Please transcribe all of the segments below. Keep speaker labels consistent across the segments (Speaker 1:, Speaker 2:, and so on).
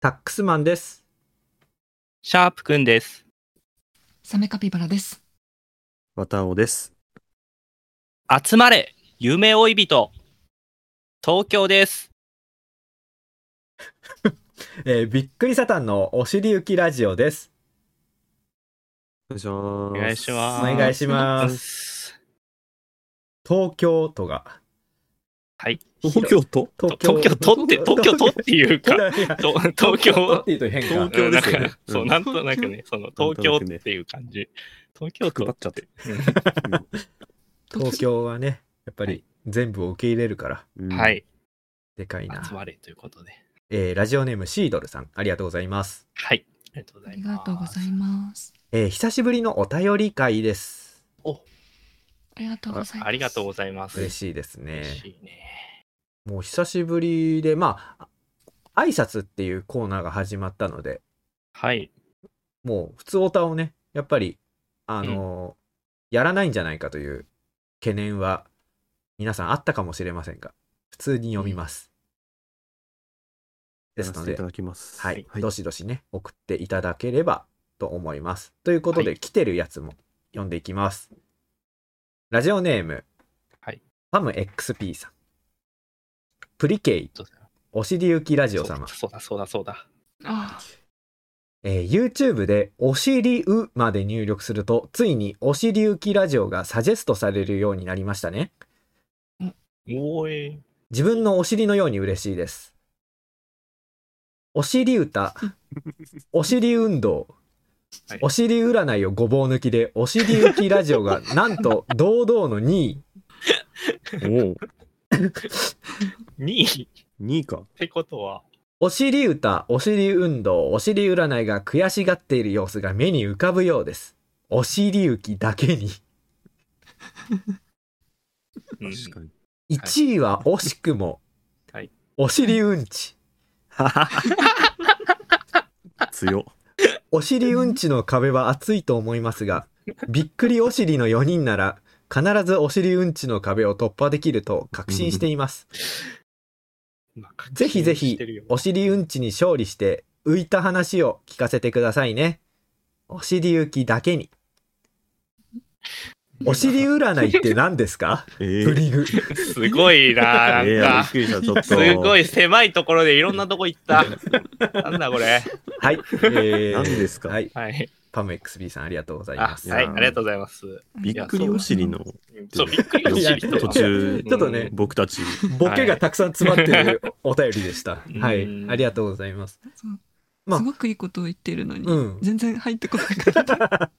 Speaker 1: パックスマンです。
Speaker 2: シャープくんです。
Speaker 3: サメカピバラです。
Speaker 4: 綿尾です。
Speaker 2: 集まれ夢追い人東京です。
Speaker 1: えーびっくりサタンのお尻行きラジオです。
Speaker 4: お願いします。
Speaker 2: お願いし
Speaker 1: お
Speaker 2: ま
Speaker 1: 願いしま
Speaker 2: す
Speaker 1: す。
Speaker 2: 東
Speaker 1: 東京都が。
Speaker 2: はい。
Speaker 1: 東
Speaker 4: 東京都
Speaker 1: 東
Speaker 2: 京都って、東京都っていうか、
Speaker 1: いや
Speaker 2: と東
Speaker 1: 東京都っ
Speaker 2: 京、
Speaker 1: ていうと変か。
Speaker 4: 東京ですよね
Speaker 2: なんかそうう、
Speaker 4: ん
Speaker 2: なんとなくね、その東京
Speaker 4: なんとなくね
Speaker 2: っていう感じ。東京都
Speaker 4: 角張っちゃって
Speaker 1: 東京はね、やっぱり全部を受け入れるから、
Speaker 4: うん
Speaker 2: は。い。
Speaker 1: でかいな。
Speaker 2: 集まれということで。
Speaker 1: えーラジオネームシードルさん、ありがとうございます。
Speaker 2: はい。ありがとうご
Speaker 3: あ
Speaker 2: ざい
Speaker 3: りが
Speaker 2: ます。
Speaker 3: とうございます。
Speaker 1: えー久しぶりのお便り会です。
Speaker 3: ありがとうございます。
Speaker 2: ありがとうございます。
Speaker 1: 嬉しいですね。
Speaker 2: 嬉しいね。
Speaker 1: もう久しぶりで、まあ、あ挨拶っていうコーナーが始まったので、
Speaker 2: はい。
Speaker 1: もう普通オタをね、やっぱり、あのーやらないんじゃないかという懸念は、皆さんあったかもしれませんが、普通に読みます。
Speaker 4: や
Speaker 1: です
Speaker 4: らせ
Speaker 1: の
Speaker 4: てい
Speaker 1: で
Speaker 4: た、だきます。
Speaker 1: はい、どしどしね、送っていただければと思います。ということで、
Speaker 2: は
Speaker 1: 来てるやつも読んでいきます。ラジオネーム、
Speaker 2: はい
Speaker 1: ファム XP さん、プリケイ
Speaker 2: どうぞ、
Speaker 1: おしりゆきラジオ様、
Speaker 2: そうだ、そうだ、そうだ。
Speaker 3: あ
Speaker 1: えー YouTube で「おしりう」まで入力するとついに「おしりうきラジオ」がサジェストされるようになりましたね
Speaker 2: おーい。
Speaker 1: 自分のお尻のように嬉しいですお尻 歌お尻運動
Speaker 2: はい
Speaker 1: お尻占いをごぼう抜きでお尻浮きラジオがなんと堂々の2位
Speaker 4: おお。
Speaker 2: 2位
Speaker 4: 2位か。
Speaker 2: ってことは、
Speaker 1: お尻歌、お尻運動、お尻占いが悔しがっている様子が目に浮かぶようです。お尻浮きだけに。
Speaker 2: うん
Speaker 4: 確かに。
Speaker 1: 1位は惜しくも、
Speaker 2: はい
Speaker 1: お尻うんち。
Speaker 4: 強。
Speaker 1: お尻うんちの壁は厚いと思います が、びっくりお尻の4人なら、必ずお尻うんちの壁を突破できると確信しています。
Speaker 2: まあ
Speaker 1: ぜひぜひ
Speaker 2: 確認してるよ
Speaker 1: お尻うんちに勝利して、浮いた話を聞かせてくださいね。お尻浮きだけ に。お尻占いって何ですか
Speaker 4: ええ
Speaker 1: ブリグ。
Speaker 2: すごい な、
Speaker 4: ええ
Speaker 2: なん
Speaker 4: びっ
Speaker 2: か。
Speaker 4: くりした、ちょっと。
Speaker 2: すごい狭いところでいろんなとこ行った。 なんだこれ。
Speaker 1: はい。えー
Speaker 4: 何ですか
Speaker 1: はい。
Speaker 2: はい。
Speaker 1: パム XB さんありがとうござい
Speaker 2: あ
Speaker 1: ま、す。
Speaker 2: はい、ありがとうございます。
Speaker 3: あ。
Speaker 4: びっくりお尻の。
Speaker 2: そう、びっくりお尻と
Speaker 4: 途中、
Speaker 1: ちょっとね
Speaker 4: 僕たち。
Speaker 1: ボケがたくさん詰まってるお便りでした。
Speaker 2: い
Speaker 1: はい。ありがとうございます。
Speaker 3: そう
Speaker 1: まあ
Speaker 3: すごくいいことを言ってるのに、
Speaker 1: うん
Speaker 3: 全然入ってこなかった。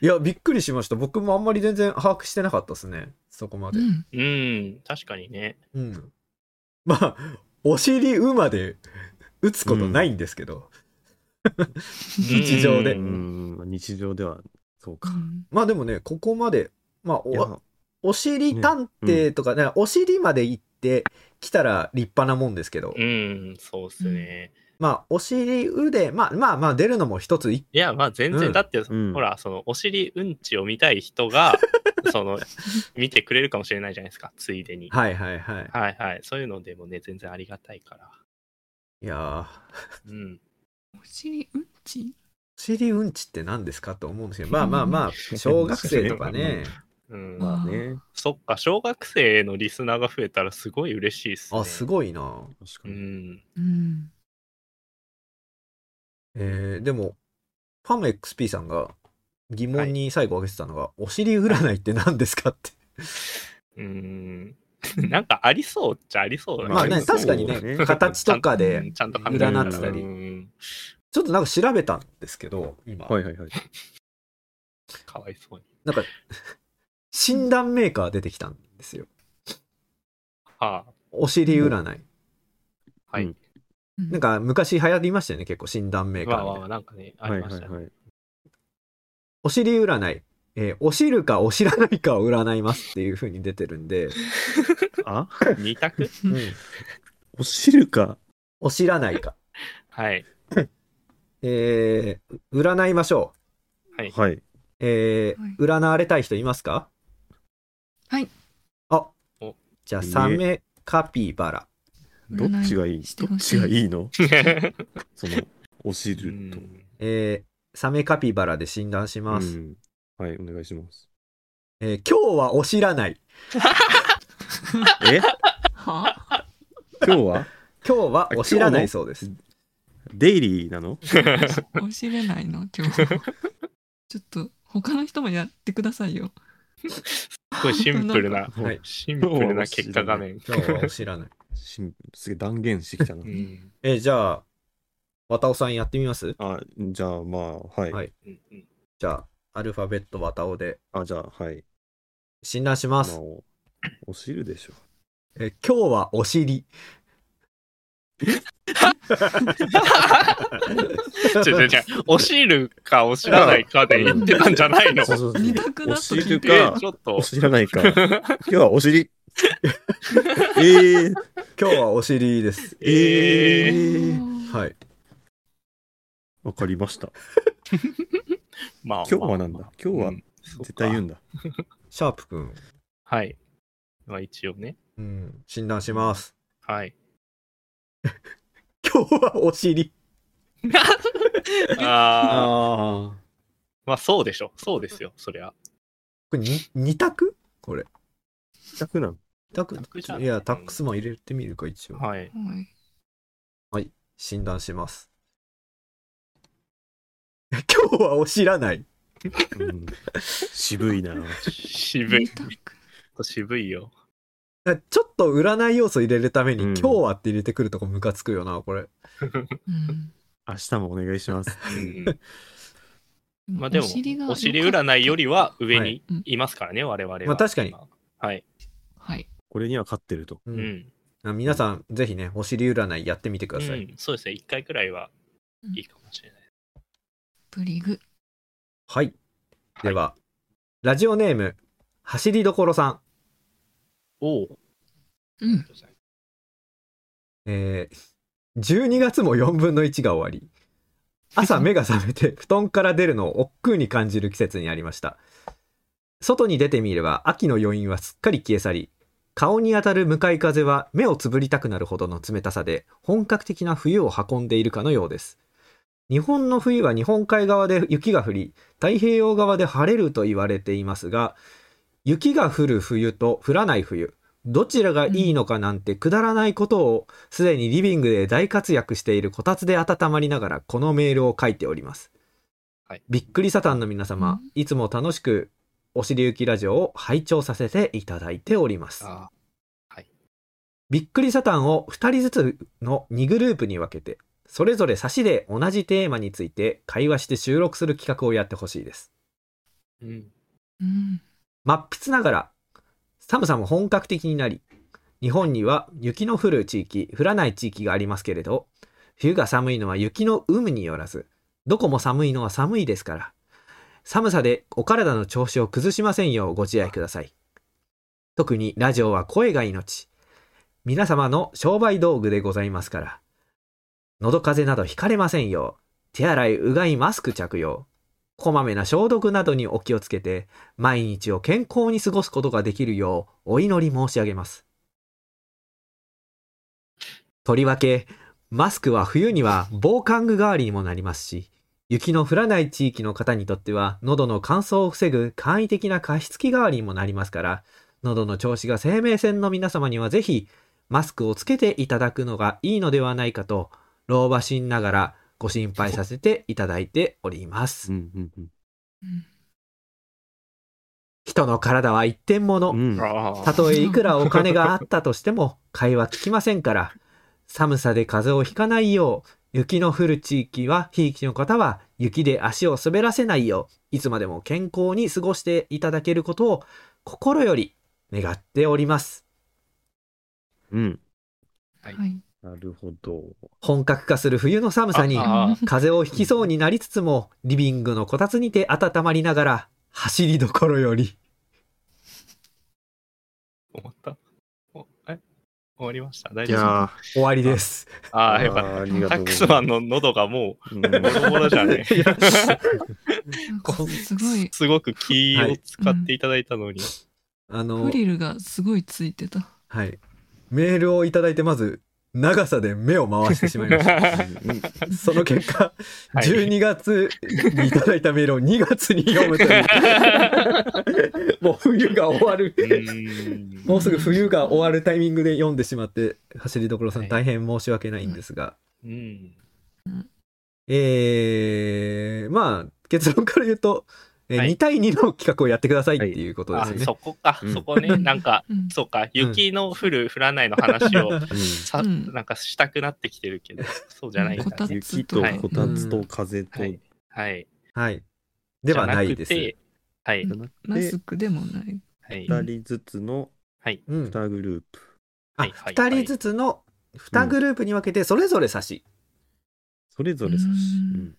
Speaker 1: いや、びっくりしました。僕もあんまり全然把握してなかったですね。そこま
Speaker 3: う
Speaker 1: で。
Speaker 3: ん、
Speaker 2: うん、確かにね。
Speaker 1: うん。まあ、お尻うまで打つことないんですけど。日常で
Speaker 4: う。ん、日常では、そう
Speaker 3: う
Speaker 4: か。
Speaker 3: ん
Speaker 1: まあでもね、ここまで、まあ、
Speaker 4: いや
Speaker 1: おお尻探偵とか、ねお尻まで行ってきたら立派なもんですけど、
Speaker 2: うん、そうっすね。
Speaker 1: まあ、お尻うで、まあまあまあ出るのも一つ一
Speaker 2: いや、まあ全
Speaker 1: うん
Speaker 2: 然、だって、
Speaker 4: ん
Speaker 2: ほら、その、お尻うんちを見たい人が、その、見てくれるかもしれないじゃないですか、ついでに。
Speaker 1: はいはいはい。
Speaker 2: はいはい。そういうのでもね、全然ありがたいから。
Speaker 1: いやー、お
Speaker 2: うん。
Speaker 3: お尻うんち。
Speaker 1: 尻うんちって何ですかと思うんですけど、まあまあまあ、小学生とかね。
Speaker 2: うん、
Speaker 4: まあね。
Speaker 2: そっか、小学生のリスナーが増えたらすごい嬉しいっすね。
Speaker 1: あ、すごいな。
Speaker 4: 確か
Speaker 2: う
Speaker 4: に。
Speaker 2: ん。
Speaker 3: うん。
Speaker 1: えー、でも、ファム XP さんが疑問に最後挙げてたのが、お尻占いって何ですかって。
Speaker 2: うん。 なんかありそうっちゃありそうだ
Speaker 1: まあ
Speaker 4: あ
Speaker 1: ね、
Speaker 4: りそう
Speaker 1: 確かに
Speaker 4: そう
Speaker 1: ね、
Speaker 4: ね
Speaker 1: 形とか
Speaker 2: う
Speaker 1: で、
Speaker 2: んちゃんと考え
Speaker 1: 占ってたり
Speaker 2: うん
Speaker 1: ちょっとなんか調べたんですけど、今。
Speaker 4: はいはいはい。
Speaker 2: かわいそうに。
Speaker 1: なんか、診断メーカー出てきたんですよ。
Speaker 2: はあ、
Speaker 1: お尻占い。
Speaker 2: は
Speaker 4: う
Speaker 2: い
Speaker 4: ん。
Speaker 1: なんか昔流行りましたよね、結構診断メーカ
Speaker 2: ま
Speaker 1: ーみたいな
Speaker 2: あまあまあ、なんかね、あ
Speaker 4: は
Speaker 2: り
Speaker 4: い
Speaker 2: ま
Speaker 4: は
Speaker 2: し
Speaker 4: い
Speaker 2: たね。
Speaker 4: はい。
Speaker 1: お尻占い。えーお汁かお知らないかを占いますっていう風に出てるんで、
Speaker 4: あ
Speaker 2: 二択
Speaker 1: うん
Speaker 4: お汁か。
Speaker 1: お知らないか。
Speaker 2: はい。
Speaker 1: えー占いましょう。
Speaker 2: はい。
Speaker 4: はい。
Speaker 1: えー
Speaker 3: はい
Speaker 1: 占われたい人いますか
Speaker 3: はい。
Speaker 1: あ
Speaker 2: お、
Speaker 1: じゃあ、
Speaker 4: いいね
Speaker 1: サメ、カピバラ、
Speaker 4: どっちがいい
Speaker 3: 占して
Speaker 4: どっ
Speaker 3: ほしい
Speaker 4: ちがいいのその、お汁と。
Speaker 1: えーサメカピバラで診断します。
Speaker 4: うんはい、お願いします。
Speaker 1: えー今日はお知らない。
Speaker 4: え
Speaker 3: は
Speaker 4: 今日は
Speaker 1: 今日はお知らないそう です。
Speaker 4: デイリーなの
Speaker 3: お知れないの 今日。ちょっと、他の人もやってくださいよ。
Speaker 2: すごいシンプルな、
Speaker 1: はい
Speaker 2: シンプルな結果画面。
Speaker 1: 今日はお知らない。
Speaker 4: しんすげえ断言してきたな
Speaker 2: う。ん
Speaker 1: えーじゃあ、渡尾さんやってみます
Speaker 4: あ、じゃあまあ、はい。
Speaker 1: はい
Speaker 2: うんうん
Speaker 1: じゃあ、アルファベット渡尾で
Speaker 4: あ、じゃあ、はい。
Speaker 1: 診断し
Speaker 4: ま
Speaker 1: ま
Speaker 4: あ
Speaker 1: す。
Speaker 4: おお汁でしょ。
Speaker 1: えー今日はお尻。
Speaker 2: 違う違う違う、おしるかお知らないかで言ってたんじゃないの
Speaker 4: そうそうそう
Speaker 3: 二択だ
Speaker 4: お
Speaker 3: と聞
Speaker 4: 汁
Speaker 3: い
Speaker 2: え
Speaker 3: て
Speaker 4: か
Speaker 2: ー、ちょっ
Speaker 4: お
Speaker 2: と。
Speaker 4: 知ら ないか。今日はお尻。えー、
Speaker 1: 今日はお尻です。
Speaker 4: え
Speaker 2: えー
Speaker 4: ー。
Speaker 3: い。
Speaker 1: はい。
Speaker 4: わかりました。
Speaker 2: まあ、
Speaker 4: 今日はなんだ。今日は
Speaker 2: うん
Speaker 4: 絶対言うんだ。
Speaker 1: シャープくん、
Speaker 2: はい。まあ一応ね。
Speaker 1: うん、診断します。
Speaker 2: はい。
Speaker 1: 今日はお尻。
Speaker 2: ああ、
Speaker 4: あ
Speaker 2: まあそうでしょ。そうですよ、そりゃ。
Speaker 1: これに、二択これ。
Speaker 4: あ。楽なん。
Speaker 1: 二択
Speaker 2: 二択じゃん
Speaker 1: いや、タックスマン入れてみるか、一応。
Speaker 2: はい。
Speaker 3: はい
Speaker 1: 診断します。 今日はお知らない。
Speaker 4: うん渋いな。
Speaker 2: 渋
Speaker 3: 二
Speaker 2: い。
Speaker 3: 択
Speaker 2: 渋いよ。
Speaker 1: だちょっと占い要素入れるために、
Speaker 4: うん
Speaker 1: 今日はって入れてくるとこムカつくよな、これ。
Speaker 3: うん
Speaker 4: 明日もお願いします。
Speaker 2: うんまあでも
Speaker 3: でも、お尻が
Speaker 2: お尻占いよりは上
Speaker 1: は
Speaker 2: に
Speaker 1: い
Speaker 2: いますからね、我々は。
Speaker 1: まあ確かに。
Speaker 2: はい。
Speaker 3: はい。
Speaker 4: これには勝ってると。
Speaker 1: う
Speaker 2: うんん。
Speaker 1: あ皆さん、ぜひね、お尻占いやってみてく
Speaker 2: う
Speaker 1: ださい。
Speaker 2: んそうですね、一回くらいは
Speaker 3: うん
Speaker 2: いいかもしれない。
Speaker 3: プリグ。
Speaker 1: はい。
Speaker 2: はい
Speaker 1: では、ラジオネーム、走りどころさん。
Speaker 2: おお。
Speaker 3: うん。
Speaker 1: えー、12月も4分の1が終わり、朝目が覚めて 布団から出るのを億劫に感じる季節になりました。外に出てみれば秋の余韻はすっかり消え去り、顔に当たる向かい風は目をつぶりたくなるほどの冷たさで本格的な冬を運んでいるかのようです。日本の冬は日本海側で雪が降り、太平洋側で晴れると言われていますが、雪が降る冬と降らない冬、どちらがいいのかなんてくだらないことをすでにリビングで大活躍しているこたつで温まりながらこのメールを書いております。
Speaker 2: はい
Speaker 1: びっくりサタンの皆様、
Speaker 3: うん
Speaker 1: いつも楽しくおしりゆきラジオを拝聴させていただいております。
Speaker 2: あ
Speaker 1: びっくりサタンを2人ずつの2グループに分けて、それぞれ差しで同じテーマについて会話して収録する企画をやってほしいです。
Speaker 2: ーうん。
Speaker 3: うん。
Speaker 1: 真っ筆ながら寒さも本格的になり日本には雪の降る地域降らない地域がありますけれど冬が寒いのは雪の有無によらずどこも寒いのは寒いですから寒さでお体の調子を崩しませんようご自愛ください特にラジオは声が命皆様の商売道具でございますから喉風邪などひかれませんよう手洗いうがいマスク着用こまめな消毒などにお気をつけて毎日を健康に過ごすことができるようお祈り申し上げます。とりわけ、マスクは冬には防寒具代わりにもなりますし、雪の降らない地域の方にとっては、喉の乾燥を防ぐ簡易的な加湿器代わりにもなりますから、喉の調子が生命線の皆様にはぜひ、マスクをつけていただくのがいいのではないかと、老婆心ながらご心配させていただいております
Speaker 4: う。んうん
Speaker 1: 人の体は一点物。
Speaker 4: うん。うん。
Speaker 2: あ
Speaker 1: た
Speaker 2: あ。
Speaker 1: とえいくらお金があったとしても会話聞きませんから寒さで風邪をひかないよう雪の降る地域はひいきの方は雪で足を滑らせないよういつまでも健康に過ごしていただけることを心より願っております
Speaker 4: うん。
Speaker 2: はい
Speaker 3: はい。
Speaker 4: なるほど。
Speaker 1: 本格化する冬の寒さに
Speaker 2: ああ
Speaker 1: 風邪をひきそうになりつつもリビングのこたつにて温まりながら走りどころより
Speaker 2: 思ったおえ終わりました大
Speaker 4: い
Speaker 2: 丈夫
Speaker 4: や
Speaker 1: 終わりです
Speaker 2: ああー、よかっ
Speaker 4: ーあり
Speaker 2: た。
Speaker 4: が
Speaker 2: タッ
Speaker 4: とうご
Speaker 2: ク
Speaker 4: ざ
Speaker 2: ス
Speaker 4: いま
Speaker 2: マンの喉がも
Speaker 4: す。
Speaker 2: う、ボロボロじゃ ね
Speaker 1: いや
Speaker 3: なんかすごい、
Speaker 2: すごく気を使っていただいたのに。
Speaker 1: あの
Speaker 3: フリルがすごいついてた。
Speaker 1: はい。メールをいただいて、まず、長さで目を回してしまいました。 その結果、
Speaker 2: はい
Speaker 1: 12月にいただいたメールを2月に読むという、もう冬が終わる
Speaker 2: う。ーん
Speaker 1: もうすぐ冬が終わるタイミングで読んでしまって、走りどころさ
Speaker 2: は
Speaker 1: ん
Speaker 2: い
Speaker 1: 大変申し訳ないんですが、
Speaker 2: うん。
Speaker 1: えー、まあ、結論から言うと、えー
Speaker 2: はい
Speaker 1: 2対2の企画をやってくださいっていうことで
Speaker 2: あ
Speaker 1: すよね。
Speaker 2: そこか、
Speaker 4: うん
Speaker 2: そこね、なんか、
Speaker 3: うん
Speaker 2: そうか、雪の降る、降らないの話をさ、
Speaker 3: うん
Speaker 2: なんかしたくなってきてるけど、そうじゃないん
Speaker 3: こ
Speaker 2: だ
Speaker 3: た
Speaker 2: ね。
Speaker 4: 雪と
Speaker 2: はい
Speaker 4: こたつと風と、
Speaker 2: はいはい。
Speaker 1: はい。ではないです。
Speaker 2: じゃなくて。
Speaker 3: マスクでもない。
Speaker 2: はい。は
Speaker 4: 二
Speaker 2: い。
Speaker 4: 人ずつの
Speaker 1: うん。
Speaker 4: 二グループ。
Speaker 1: あ、
Speaker 2: はいはい
Speaker 1: 2人ずつの2グループに分けて、それぞれ差し。
Speaker 4: それぞれ差し。
Speaker 3: うん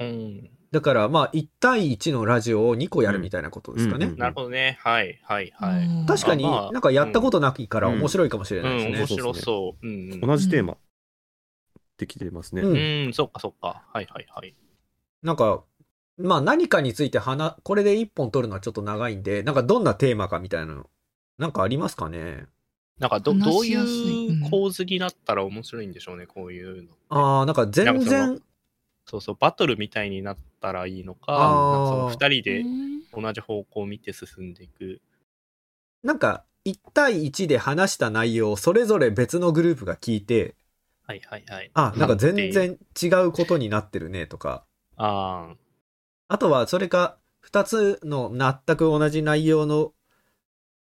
Speaker 2: うん。
Speaker 1: だから、まあ、1対1のラジオを2個やるみたいなことですかね。
Speaker 4: うんうんうん
Speaker 2: なるほどね。はい。はい。はい。
Speaker 3: い
Speaker 1: 確かに
Speaker 2: あまあ
Speaker 1: なんかやったことなきから面白いかもしれ
Speaker 2: う
Speaker 1: ない
Speaker 2: ん、
Speaker 1: で
Speaker 2: 面
Speaker 1: すね。
Speaker 2: 白そう。うん
Speaker 4: うん。同じテーマできてますね。
Speaker 1: うん
Speaker 2: うん、そっかそっか。はいはいはい。
Speaker 1: なんか、まあ何かについて話、これで1本取るのはちょっと長いんで、なんかどんなテーマかみたいなの、なんかありますかね
Speaker 2: なんかど、どう
Speaker 3: 話しやすい
Speaker 2: いう
Speaker 3: うん
Speaker 2: 構図になったら面白いんでしょうね、こういうの。
Speaker 1: ああ、なんか全
Speaker 2: なん
Speaker 1: 然、
Speaker 2: そうそう、バトルみたいになったらいいのか、
Speaker 1: あー
Speaker 2: なんかその二人で
Speaker 3: うん
Speaker 2: 同じ方向を見て進んでいく。
Speaker 1: なんか1対1で話した内容をそれぞれ別のグループが聞いて、
Speaker 2: はいはいはい。
Speaker 1: あ、なんか全
Speaker 2: なんていう。
Speaker 1: 然違うことになってるねとか、
Speaker 2: あ
Speaker 1: あとはそれか2つの全く同じ内容の、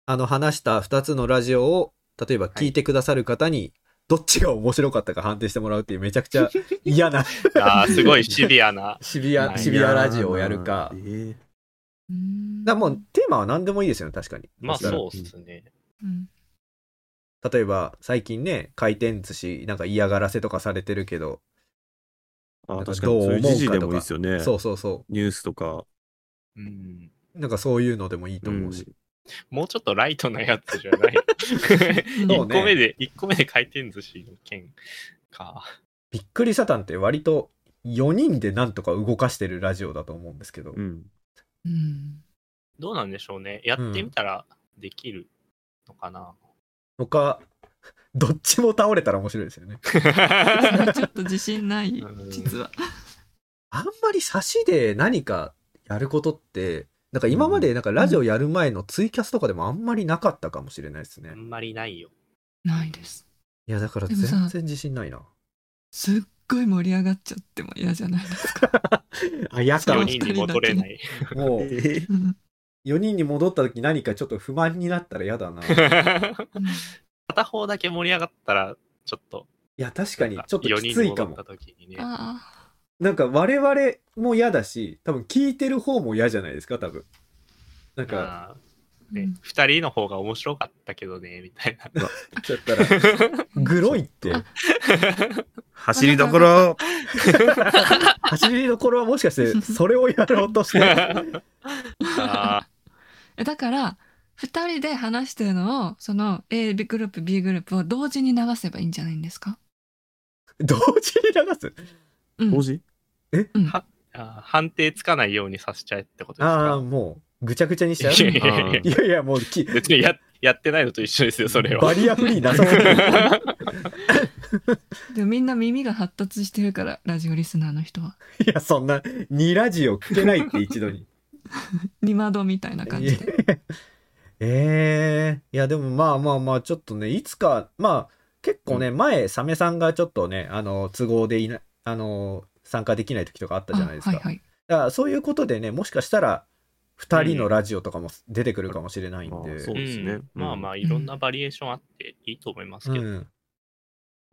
Speaker 1: あの話した2つのラジオを、例えば聞いてくださる方に、どっちが面白かったか判定してもらうっていうめちゃくちゃ嫌な。
Speaker 2: ーあー、すごいシビア な
Speaker 1: シビ
Speaker 2: は
Speaker 1: ア、
Speaker 2: い
Speaker 1: シビアラジオをやるか
Speaker 4: え。ー
Speaker 3: うん
Speaker 1: だからもうテーマは何でもいいですよね、確かに。
Speaker 2: まあ
Speaker 1: したら
Speaker 2: そうっすね。
Speaker 3: うん
Speaker 1: 例えば、最近ね、回転寿司、なんか嫌がらせとかされてるけど、
Speaker 4: あ
Speaker 1: なん
Speaker 4: ー
Speaker 1: か
Speaker 4: 確かにそういう時事
Speaker 1: どう思うかとか
Speaker 4: でもいいですよね。
Speaker 1: そうそうそ
Speaker 4: ニュースとか。
Speaker 2: うん。
Speaker 1: う。なんかそういうのでもいいと思うし。
Speaker 2: もうちょっとライトなやつじゃない。
Speaker 3: う
Speaker 2: 一
Speaker 3: ん
Speaker 1: そう
Speaker 2: 個
Speaker 1: ね
Speaker 2: 目で、一個目で回転寿司の件か。
Speaker 1: びっくりサタンって割と4人でなんとか動かしてるラジオだと思うんですけど
Speaker 4: う、ん。
Speaker 3: うん
Speaker 2: どうなんでしょうね。やってみたらできるのかな。
Speaker 1: 他、 どっちも倒れたら面白いですよね。
Speaker 3: ちょっと自信ない
Speaker 2: うん
Speaker 3: 実は
Speaker 1: あんまり差しで何かやることって、なんか今までなんかラジオやる前のツイキャスとかでもあんまりなかったかもしれないですね
Speaker 2: あ。んまりないよ。
Speaker 3: ないです
Speaker 1: いや、だから
Speaker 3: でもさ
Speaker 1: 全然自信ないな。
Speaker 3: すっごい盛り上がっちゃっても嫌じゃないで すか
Speaker 1: あ、や
Speaker 3: だ
Speaker 1: か
Speaker 2: 4
Speaker 3: わ
Speaker 2: 人に戻れ ない。
Speaker 1: も
Speaker 4: え
Speaker 1: う、
Speaker 4: ー
Speaker 3: うん
Speaker 1: 4人に戻った時何かちょっと不満になったら嫌だな。い
Speaker 2: 片方だけ盛り上がったら、ちょっと。
Speaker 1: や、確かに、ちょっと
Speaker 2: 4
Speaker 1: き
Speaker 2: 人
Speaker 1: つ
Speaker 2: に
Speaker 1: いか
Speaker 2: 戻っ
Speaker 1: も
Speaker 2: た。時にね。
Speaker 3: あ
Speaker 1: なんか我々も嫌だし、多分聞いてる方も嫌じゃないですか、多分。なんか、
Speaker 2: あー
Speaker 3: ー
Speaker 2: ね
Speaker 3: うん
Speaker 2: 二人の方が面白かったけどね、みた いな。
Speaker 1: だったら、グロいって。
Speaker 4: 走りどころ
Speaker 1: 走りどころはもしかして、それをやろうとして。
Speaker 2: あ
Speaker 3: えだから二人で話してるのをその A グループ B グループを同時に流せばいいんじゃないんですか、
Speaker 1: 同時に流す
Speaker 3: うん
Speaker 4: 同時
Speaker 2: ーあー判定つかないようにさせちゃえってことで す
Speaker 1: あ
Speaker 2: か
Speaker 1: あ、。もう、ぐちゃぐちゃにしちゃう。
Speaker 2: いやい
Speaker 1: い
Speaker 2: やいや
Speaker 4: あ
Speaker 1: やいや、もうき、
Speaker 2: 別にややってないのと一緒ですよ、それは。
Speaker 1: バリアフリーなさそう。
Speaker 3: でもみんな耳が発達してるからラジオリスナーの人はい
Speaker 1: や、そんな、2ラジオ聞けないって一度に。
Speaker 3: 二窓みたいな感じで
Speaker 1: ええいやでもまあまあまあちょっとねいつかまあ結構ね、前サメさんがちょっとねあの都合でいなあの参加できない時とかあったじゃないですか,、
Speaker 3: あはいはい
Speaker 1: だからそういうことでねもしかしたら2人のラジオとかも出てくるかもしれないんで、
Speaker 4: うんあ
Speaker 1: う
Speaker 4: ー
Speaker 1: ん、
Speaker 4: そうですね
Speaker 2: んまあまあ、いろんなバリエーションあっていいと思いますけど。
Speaker 1: だか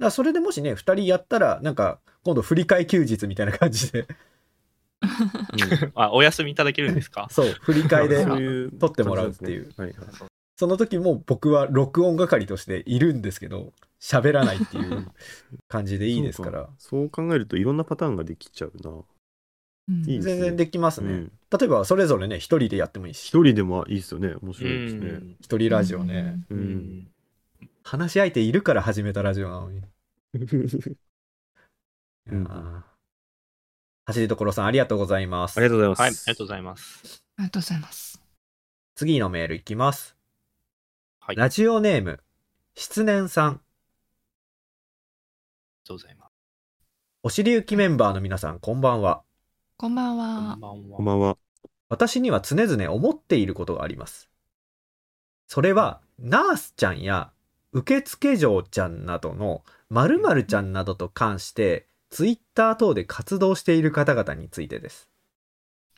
Speaker 1: らそれでもしね2人やったらなんか今度振り替え休日みたいな感じで
Speaker 2: あ、お休みいただけるんですか
Speaker 1: そう振り替えで
Speaker 4: そういう
Speaker 1: 撮ってもらうっていう
Speaker 4: 感じなんですね。はいはい
Speaker 1: その時も僕は録音係としているんですけど喋らないっていう感じでいいですから。
Speaker 4: そう考えるといろんなパターンができちゃうな。
Speaker 3: うん
Speaker 4: いいね
Speaker 1: 全然できますね、
Speaker 4: うん
Speaker 1: 例えばそれぞれね一人でやってもいいし
Speaker 4: 一人でもいいですよね。面
Speaker 2: う
Speaker 4: 白いですね。
Speaker 2: ん。
Speaker 1: 一人ラジオね、
Speaker 4: う。
Speaker 2: うんん
Speaker 1: 話し相手いるから始めたラジオなのに、
Speaker 4: う
Speaker 1: い
Speaker 4: ん
Speaker 1: やー走りどころさんありがとうございます
Speaker 4: ありがとうございます。
Speaker 2: はい、ありがとうございます。
Speaker 3: ありがとうございます
Speaker 1: 次のメールいきます、
Speaker 2: はい
Speaker 1: ラジオネーム失念さん
Speaker 2: とうございます。
Speaker 1: お尻行きメンバーの皆さん、こんばんは。
Speaker 3: こんばん
Speaker 2: こ
Speaker 3: は
Speaker 2: ん。ばんは
Speaker 4: こんばんは。
Speaker 1: 私には常々思っていることがあります。それは、ナースちゃんや、受付嬢ちゃんなどの、〇〇ちゃんなどと関して、ツイッター等で活動している方々についてです。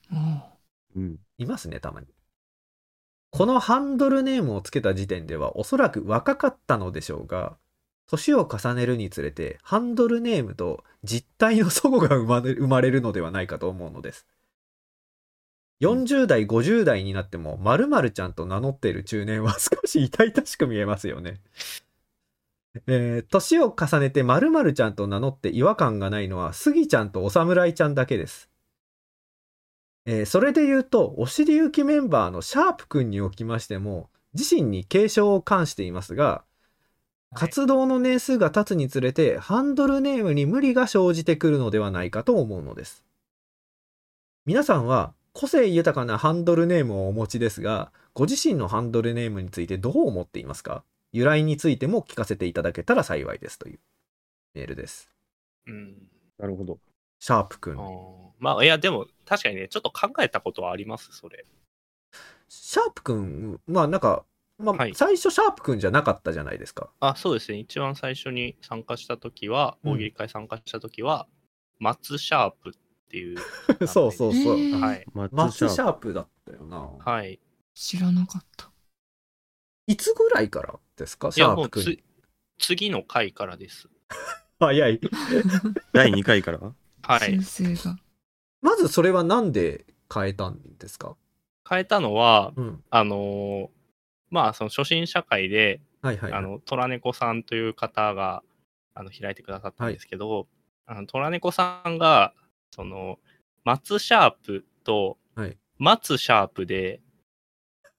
Speaker 3: も。
Speaker 4: うん。
Speaker 1: いますね、たまに。このハンドルネームをつけた時点では、おそらく若かったのでしょうが、年を重ねるにつれて、ハンドルネームと実態の祖母が生まれ生まれるのではないかと思うのです。40代、50代になっても、〇〇ちゃんと名乗っている中年は少し痛々しく見えますよね。えー年を重ねて〇〇ちゃんと名乗って違和感がないのは、スギちゃんとお侍ちゃんだけです。えーそれで言うと、お尻行きメンバーのシャープくんにおきましても、自身に警鐘を冠していますが、
Speaker 2: はい
Speaker 1: 活動の年数が経つにつれて、ハンドルネームに無理が生じてくるのではないかと思うのです。皆さんは、個性豊かなハンドルネームをお持ちですが、ご自身のハンドルネームについてどう思っていますか由来についても聞かせていただけたら幸いですというメールです。
Speaker 2: うん。
Speaker 4: なるほど。
Speaker 1: シャープくん
Speaker 2: あ。ーまあ、いや、でも、確かにね、ちょっと考えたことはあります、それ。
Speaker 1: シャープくん、まあなんか、まあ
Speaker 2: はい
Speaker 1: 最初シャープくんじゃなかったじゃないです か。
Speaker 2: あ、そうですね。一番最初に参加したときは、
Speaker 1: うん。
Speaker 2: 大喜利会参加したときは、松シャープっていう
Speaker 1: そうそううそう。
Speaker 3: へー
Speaker 2: はい。
Speaker 1: マスシ
Speaker 4: ャー
Speaker 1: ャープだったよな。
Speaker 2: はい。
Speaker 3: 知らなかった。
Speaker 1: いつぐらいからですか
Speaker 2: い
Speaker 1: シャ
Speaker 2: や、も
Speaker 1: ー
Speaker 2: う
Speaker 1: プくん
Speaker 2: つ。次の回からです。
Speaker 1: 早い。
Speaker 4: プ第2回から
Speaker 2: はい。
Speaker 3: 先生が。
Speaker 1: まずそれはなんで変えたんですか
Speaker 2: 変えたのは、
Speaker 1: うん。
Speaker 2: あのーまあ、その初心者会で、
Speaker 1: はいはい。
Speaker 2: あの、虎猫さんという方が、あの、開いてくださったんですけど、あの虎猫さんが、その、松シャープと
Speaker 1: はい、
Speaker 2: 松シャープで、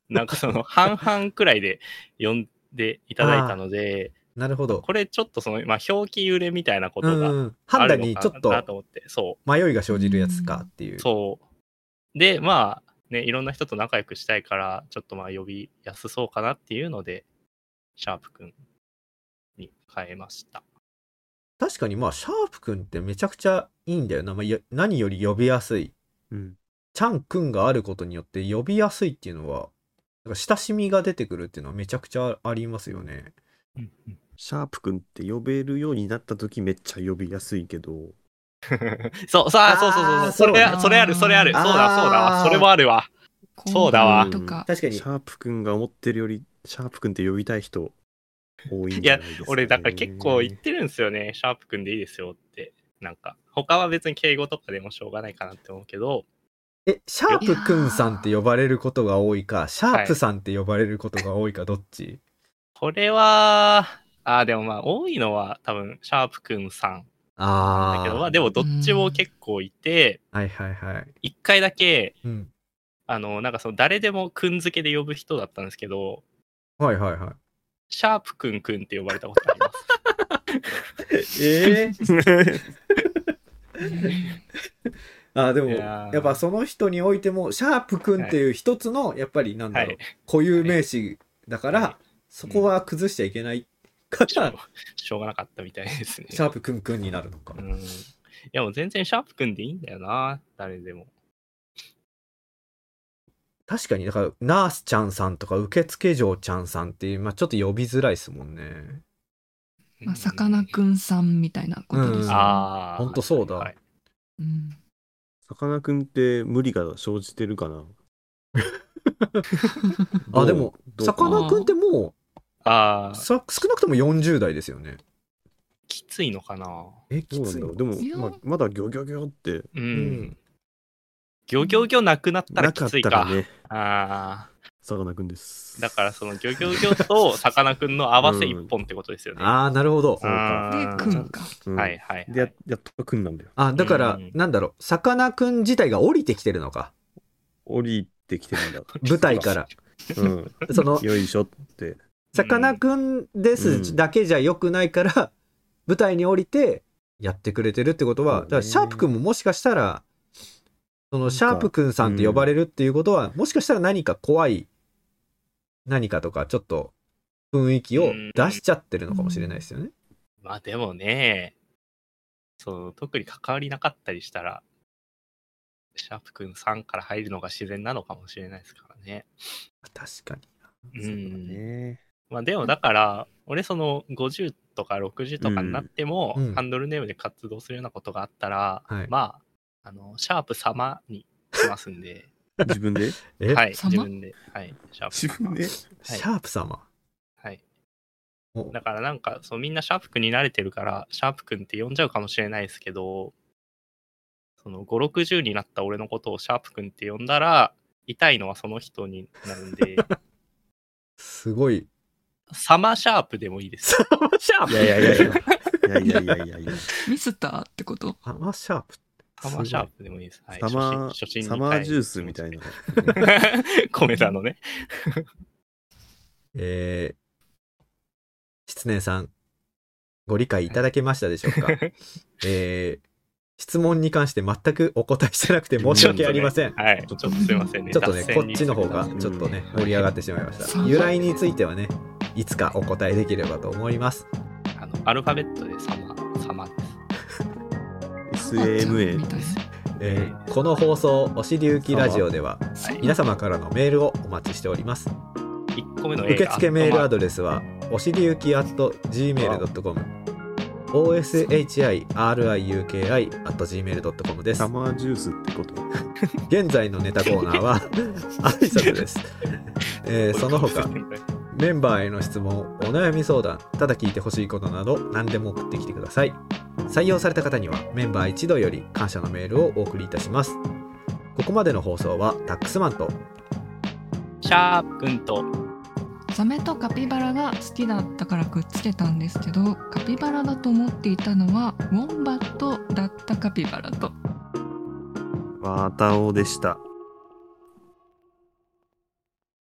Speaker 2: なんかそ の、半々くらいで呼んでいただいたので、
Speaker 1: なるほど。
Speaker 2: これちょっとその、まあ、表記揺れみたいなこと
Speaker 1: う
Speaker 2: が
Speaker 1: ん。判
Speaker 2: ある
Speaker 1: 断
Speaker 2: の
Speaker 1: にちょっ
Speaker 2: かなと
Speaker 1: と
Speaker 2: 思って、そう。
Speaker 1: 迷いが生じるやつかっていう。
Speaker 2: そう。で、まあ、ね、いろんな人と仲良くしたいから、ちょっとまあ、呼びやすそうかなっていうので、シャープくんに変えました。
Speaker 1: 確かにまあ、シャープくんってめちゃくちゃいいんだよな。まあ、よ何より呼びやすい。
Speaker 4: うん。
Speaker 1: ちゃんくんがあることによって呼びやすいっていうのは、なんか親しみが出てくるっていうのはめちゃくちゃありますよね。
Speaker 4: シャープくんって呼べるようになった時めっちゃ呼びやすいけど。
Speaker 2: そう、さ
Speaker 1: あ
Speaker 2: あ、
Speaker 1: ー
Speaker 2: そうそうそ
Speaker 1: そう
Speaker 2: うそう、それあ
Speaker 3: だ
Speaker 2: それある、それある、
Speaker 1: あ
Speaker 2: そ
Speaker 1: ー
Speaker 2: うだ、そうだわ、それもあるわ。 そうだわ
Speaker 3: コンビニとか。
Speaker 1: 確か
Speaker 4: シャープくんが思ってるより、シャープくんって呼びたい人多いん
Speaker 2: い
Speaker 4: じゃ
Speaker 2: や
Speaker 4: ないですか、ね。
Speaker 2: 俺、だから結構言ってるんですよね、シャープくんでいいですよって。なんか、他は別に敬語とかでもしょうがないかなって思うけど、
Speaker 1: え、シャープくんさんって呼ばれることが多いか、シャープさんって呼ばれることが多いか、どっち
Speaker 2: これは、あーでもまあ、多いのは多分、シャープくんさんだ
Speaker 1: あ
Speaker 2: けど、まあ、
Speaker 1: あ。
Speaker 2: でもどっちも結構いて、
Speaker 1: はいはいはい。
Speaker 2: 一回だけ、
Speaker 1: うん。
Speaker 2: あの、なんかその誰でもくん付けで呼ぶ人だったんですけど、
Speaker 1: はいはいはい。
Speaker 2: シャープくんくんって呼ばれたことあります。
Speaker 1: ええ
Speaker 3: うん
Speaker 1: あ、でも、
Speaker 2: いや
Speaker 1: や
Speaker 2: ー
Speaker 1: っぱその人においても、シャープくんっていう一つの、やっぱりなんだろ
Speaker 2: は
Speaker 1: う
Speaker 2: い、
Speaker 1: 固有名詞だから
Speaker 2: は、
Speaker 1: そこは崩しちゃいけないか
Speaker 2: しょ
Speaker 1: ら
Speaker 2: う、しょうがなかったみたいですね。
Speaker 1: シャープくんくんになるのか
Speaker 2: う。ん。いやもう全然シャープくんでいいんだよな、誰でも。
Speaker 1: 確かに、だから、ナースちゃんさんとか、受付嬢ちゃんさんっていう、まあちょっと呼びづらいですもんね。
Speaker 3: まあ、さかなクンさんみたいなことです
Speaker 1: うん
Speaker 3: よね。
Speaker 2: ああ。
Speaker 1: ほんとそうだ
Speaker 2: はい
Speaker 3: うん
Speaker 4: さかなクンって無理が生じてるかな
Speaker 1: あ、でも、
Speaker 4: どう
Speaker 1: さかなクンっても
Speaker 2: あ
Speaker 1: う、
Speaker 2: あ、
Speaker 1: さ少なくとも40代ですよね。
Speaker 2: きついのかな。
Speaker 1: え、き
Speaker 4: どうなん
Speaker 1: つい
Speaker 4: だ
Speaker 1: の
Speaker 4: ろうでも
Speaker 3: いや、
Speaker 4: まあ、まだギョギョギョって
Speaker 2: う。。
Speaker 1: うん
Speaker 2: ギョギョギョなくなったら
Speaker 4: な
Speaker 2: き
Speaker 4: かっ
Speaker 2: つい
Speaker 4: た。
Speaker 2: から
Speaker 4: ね
Speaker 2: ああ。
Speaker 4: さかなクンです
Speaker 2: だからそのギョギョギョとさかなクンの合わせ一本ってことですよね。
Speaker 1: ああ、なるほど
Speaker 4: う。ん
Speaker 3: で、くんか。
Speaker 4: うん
Speaker 2: はいはい、
Speaker 4: で
Speaker 2: は
Speaker 4: や
Speaker 2: い。
Speaker 4: やっとくんなんだよ
Speaker 1: あ、だから
Speaker 2: うん、
Speaker 1: なんだろう、さかなクン自体が降りてきてるのか。
Speaker 4: 降りてきてるんだ
Speaker 1: 舞台から。
Speaker 4: うん
Speaker 1: その、
Speaker 4: よいしょって
Speaker 1: さかなクンで
Speaker 4: う
Speaker 1: す
Speaker 4: ん
Speaker 1: だけじゃ良くないから、舞台に降りてやってくれてるってことは、
Speaker 4: そうね
Speaker 1: だからシャープくんももしかしたら、そのシャープくんさんって呼ばれるっていうことは、もしかしたら何か怖い、何かとか、ちょっと雰囲気を出しちゃってるのかもしれないですよね。
Speaker 2: まあでもね、そう、特に関わりなかったりしたら、シャープくん3から入るのが自然なのかもしれないですからね。
Speaker 1: 確かに。
Speaker 2: うん
Speaker 4: そうだね。
Speaker 2: まあでもだから、俺その50とか60とかになっても、
Speaker 1: うんうん
Speaker 2: ハンドルネームで活動するようなことがあったら、
Speaker 1: はい
Speaker 2: まあ、あの、シャープ様にしますんで、
Speaker 4: 自 分で
Speaker 1: え、
Speaker 2: はい、
Speaker 3: 様
Speaker 2: 自分で、はい、シャープ
Speaker 4: 自
Speaker 2: 様
Speaker 4: 分で
Speaker 1: シャープ様。
Speaker 2: はい。
Speaker 1: お
Speaker 2: だからなんか、そう、みんなシャープくんに慣れてるから、シャープくんって呼んじゃうかもしれないですけど、その5、60になった俺のことをシャープくんって呼んだら、痛いのはその人になるん で、
Speaker 1: すごい。
Speaker 2: サマーシャープでもいい です。
Speaker 1: サマシャープ
Speaker 4: いやいやいやいや。いやいやいやいやいや。
Speaker 3: ミスったってこと
Speaker 1: サマシャープって
Speaker 2: サ
Speaker 1: す
Speaker 2: マ
Speaker 1: ご
Speaker 2: ー
Speaker 1: い。
Speaker 2: シャープでもいいです。はい、
Speaker 4: サマ
Speaker 2: 初心初
Speaker 4: ー、
Speaker 2: 心
Speaker 4: サ
Speaker 2: に
Speaker 4: マ
Speaker 2: 帰
Speaker 4: ー
Speaker 2: る
Speaker 4: ジュースみたいな。
Speaker 2: 米田のね。
Speaker 1: えー失念さん、ご理解いただけましたでしょうか、えー質問に関して全くお答えしてなくて申し訳ありません。
Speaker 2: はい、ちょっとすいませんね。
Speaker 1: ちょっとね、
Speaker 2: 脱
Speaker 1: こ
Speaker 2: 線
Speaker 1: っ
Speaker 2: に
Speaker 1: ちの方がちょっとね、盛り上がってしまいました。
Speaker 3: うん
Speaker 1: 由来についてはね、いつかお答えできればと思います。
Speaker 2: あの、アルファベットでサマー、サマーです。
Speaker 3: み
Speaker 4: SMA。
Speaker 3: たい
Speaker 1: えーこの放送、おしりゆきラジオでは、
Speaker 3: な
Speaker 1: 皆様からのメールをお待ちしております。
Speaker 2: 1個目の映
Speaker 1: 受
Speaker 2: 画
Speaker 1: 付メールア
Speaker 2: ド
Speaker 1: ドレスはおしりゆき at gmail.com oshiriuki at gmail.com です
Speaker 4: サマージュースってこと
Speaker 1: 現在のネタコーナー は挨拶です、えーその 他メンバーへの質問お悩み相談ただ聞いてほしいことなど何でも送ってきてください採用された方にはメンバー一同より感謝のメールをお送りいたしますここまでの放送はタックスマンと
Speaker 2: シャープくんと
Speaker 3: サメとカピバラが好きだったからくっつけたんですけどカピバラだと思っていたのはウォンバットだったカピバラと
Speaker 4: わたおでした。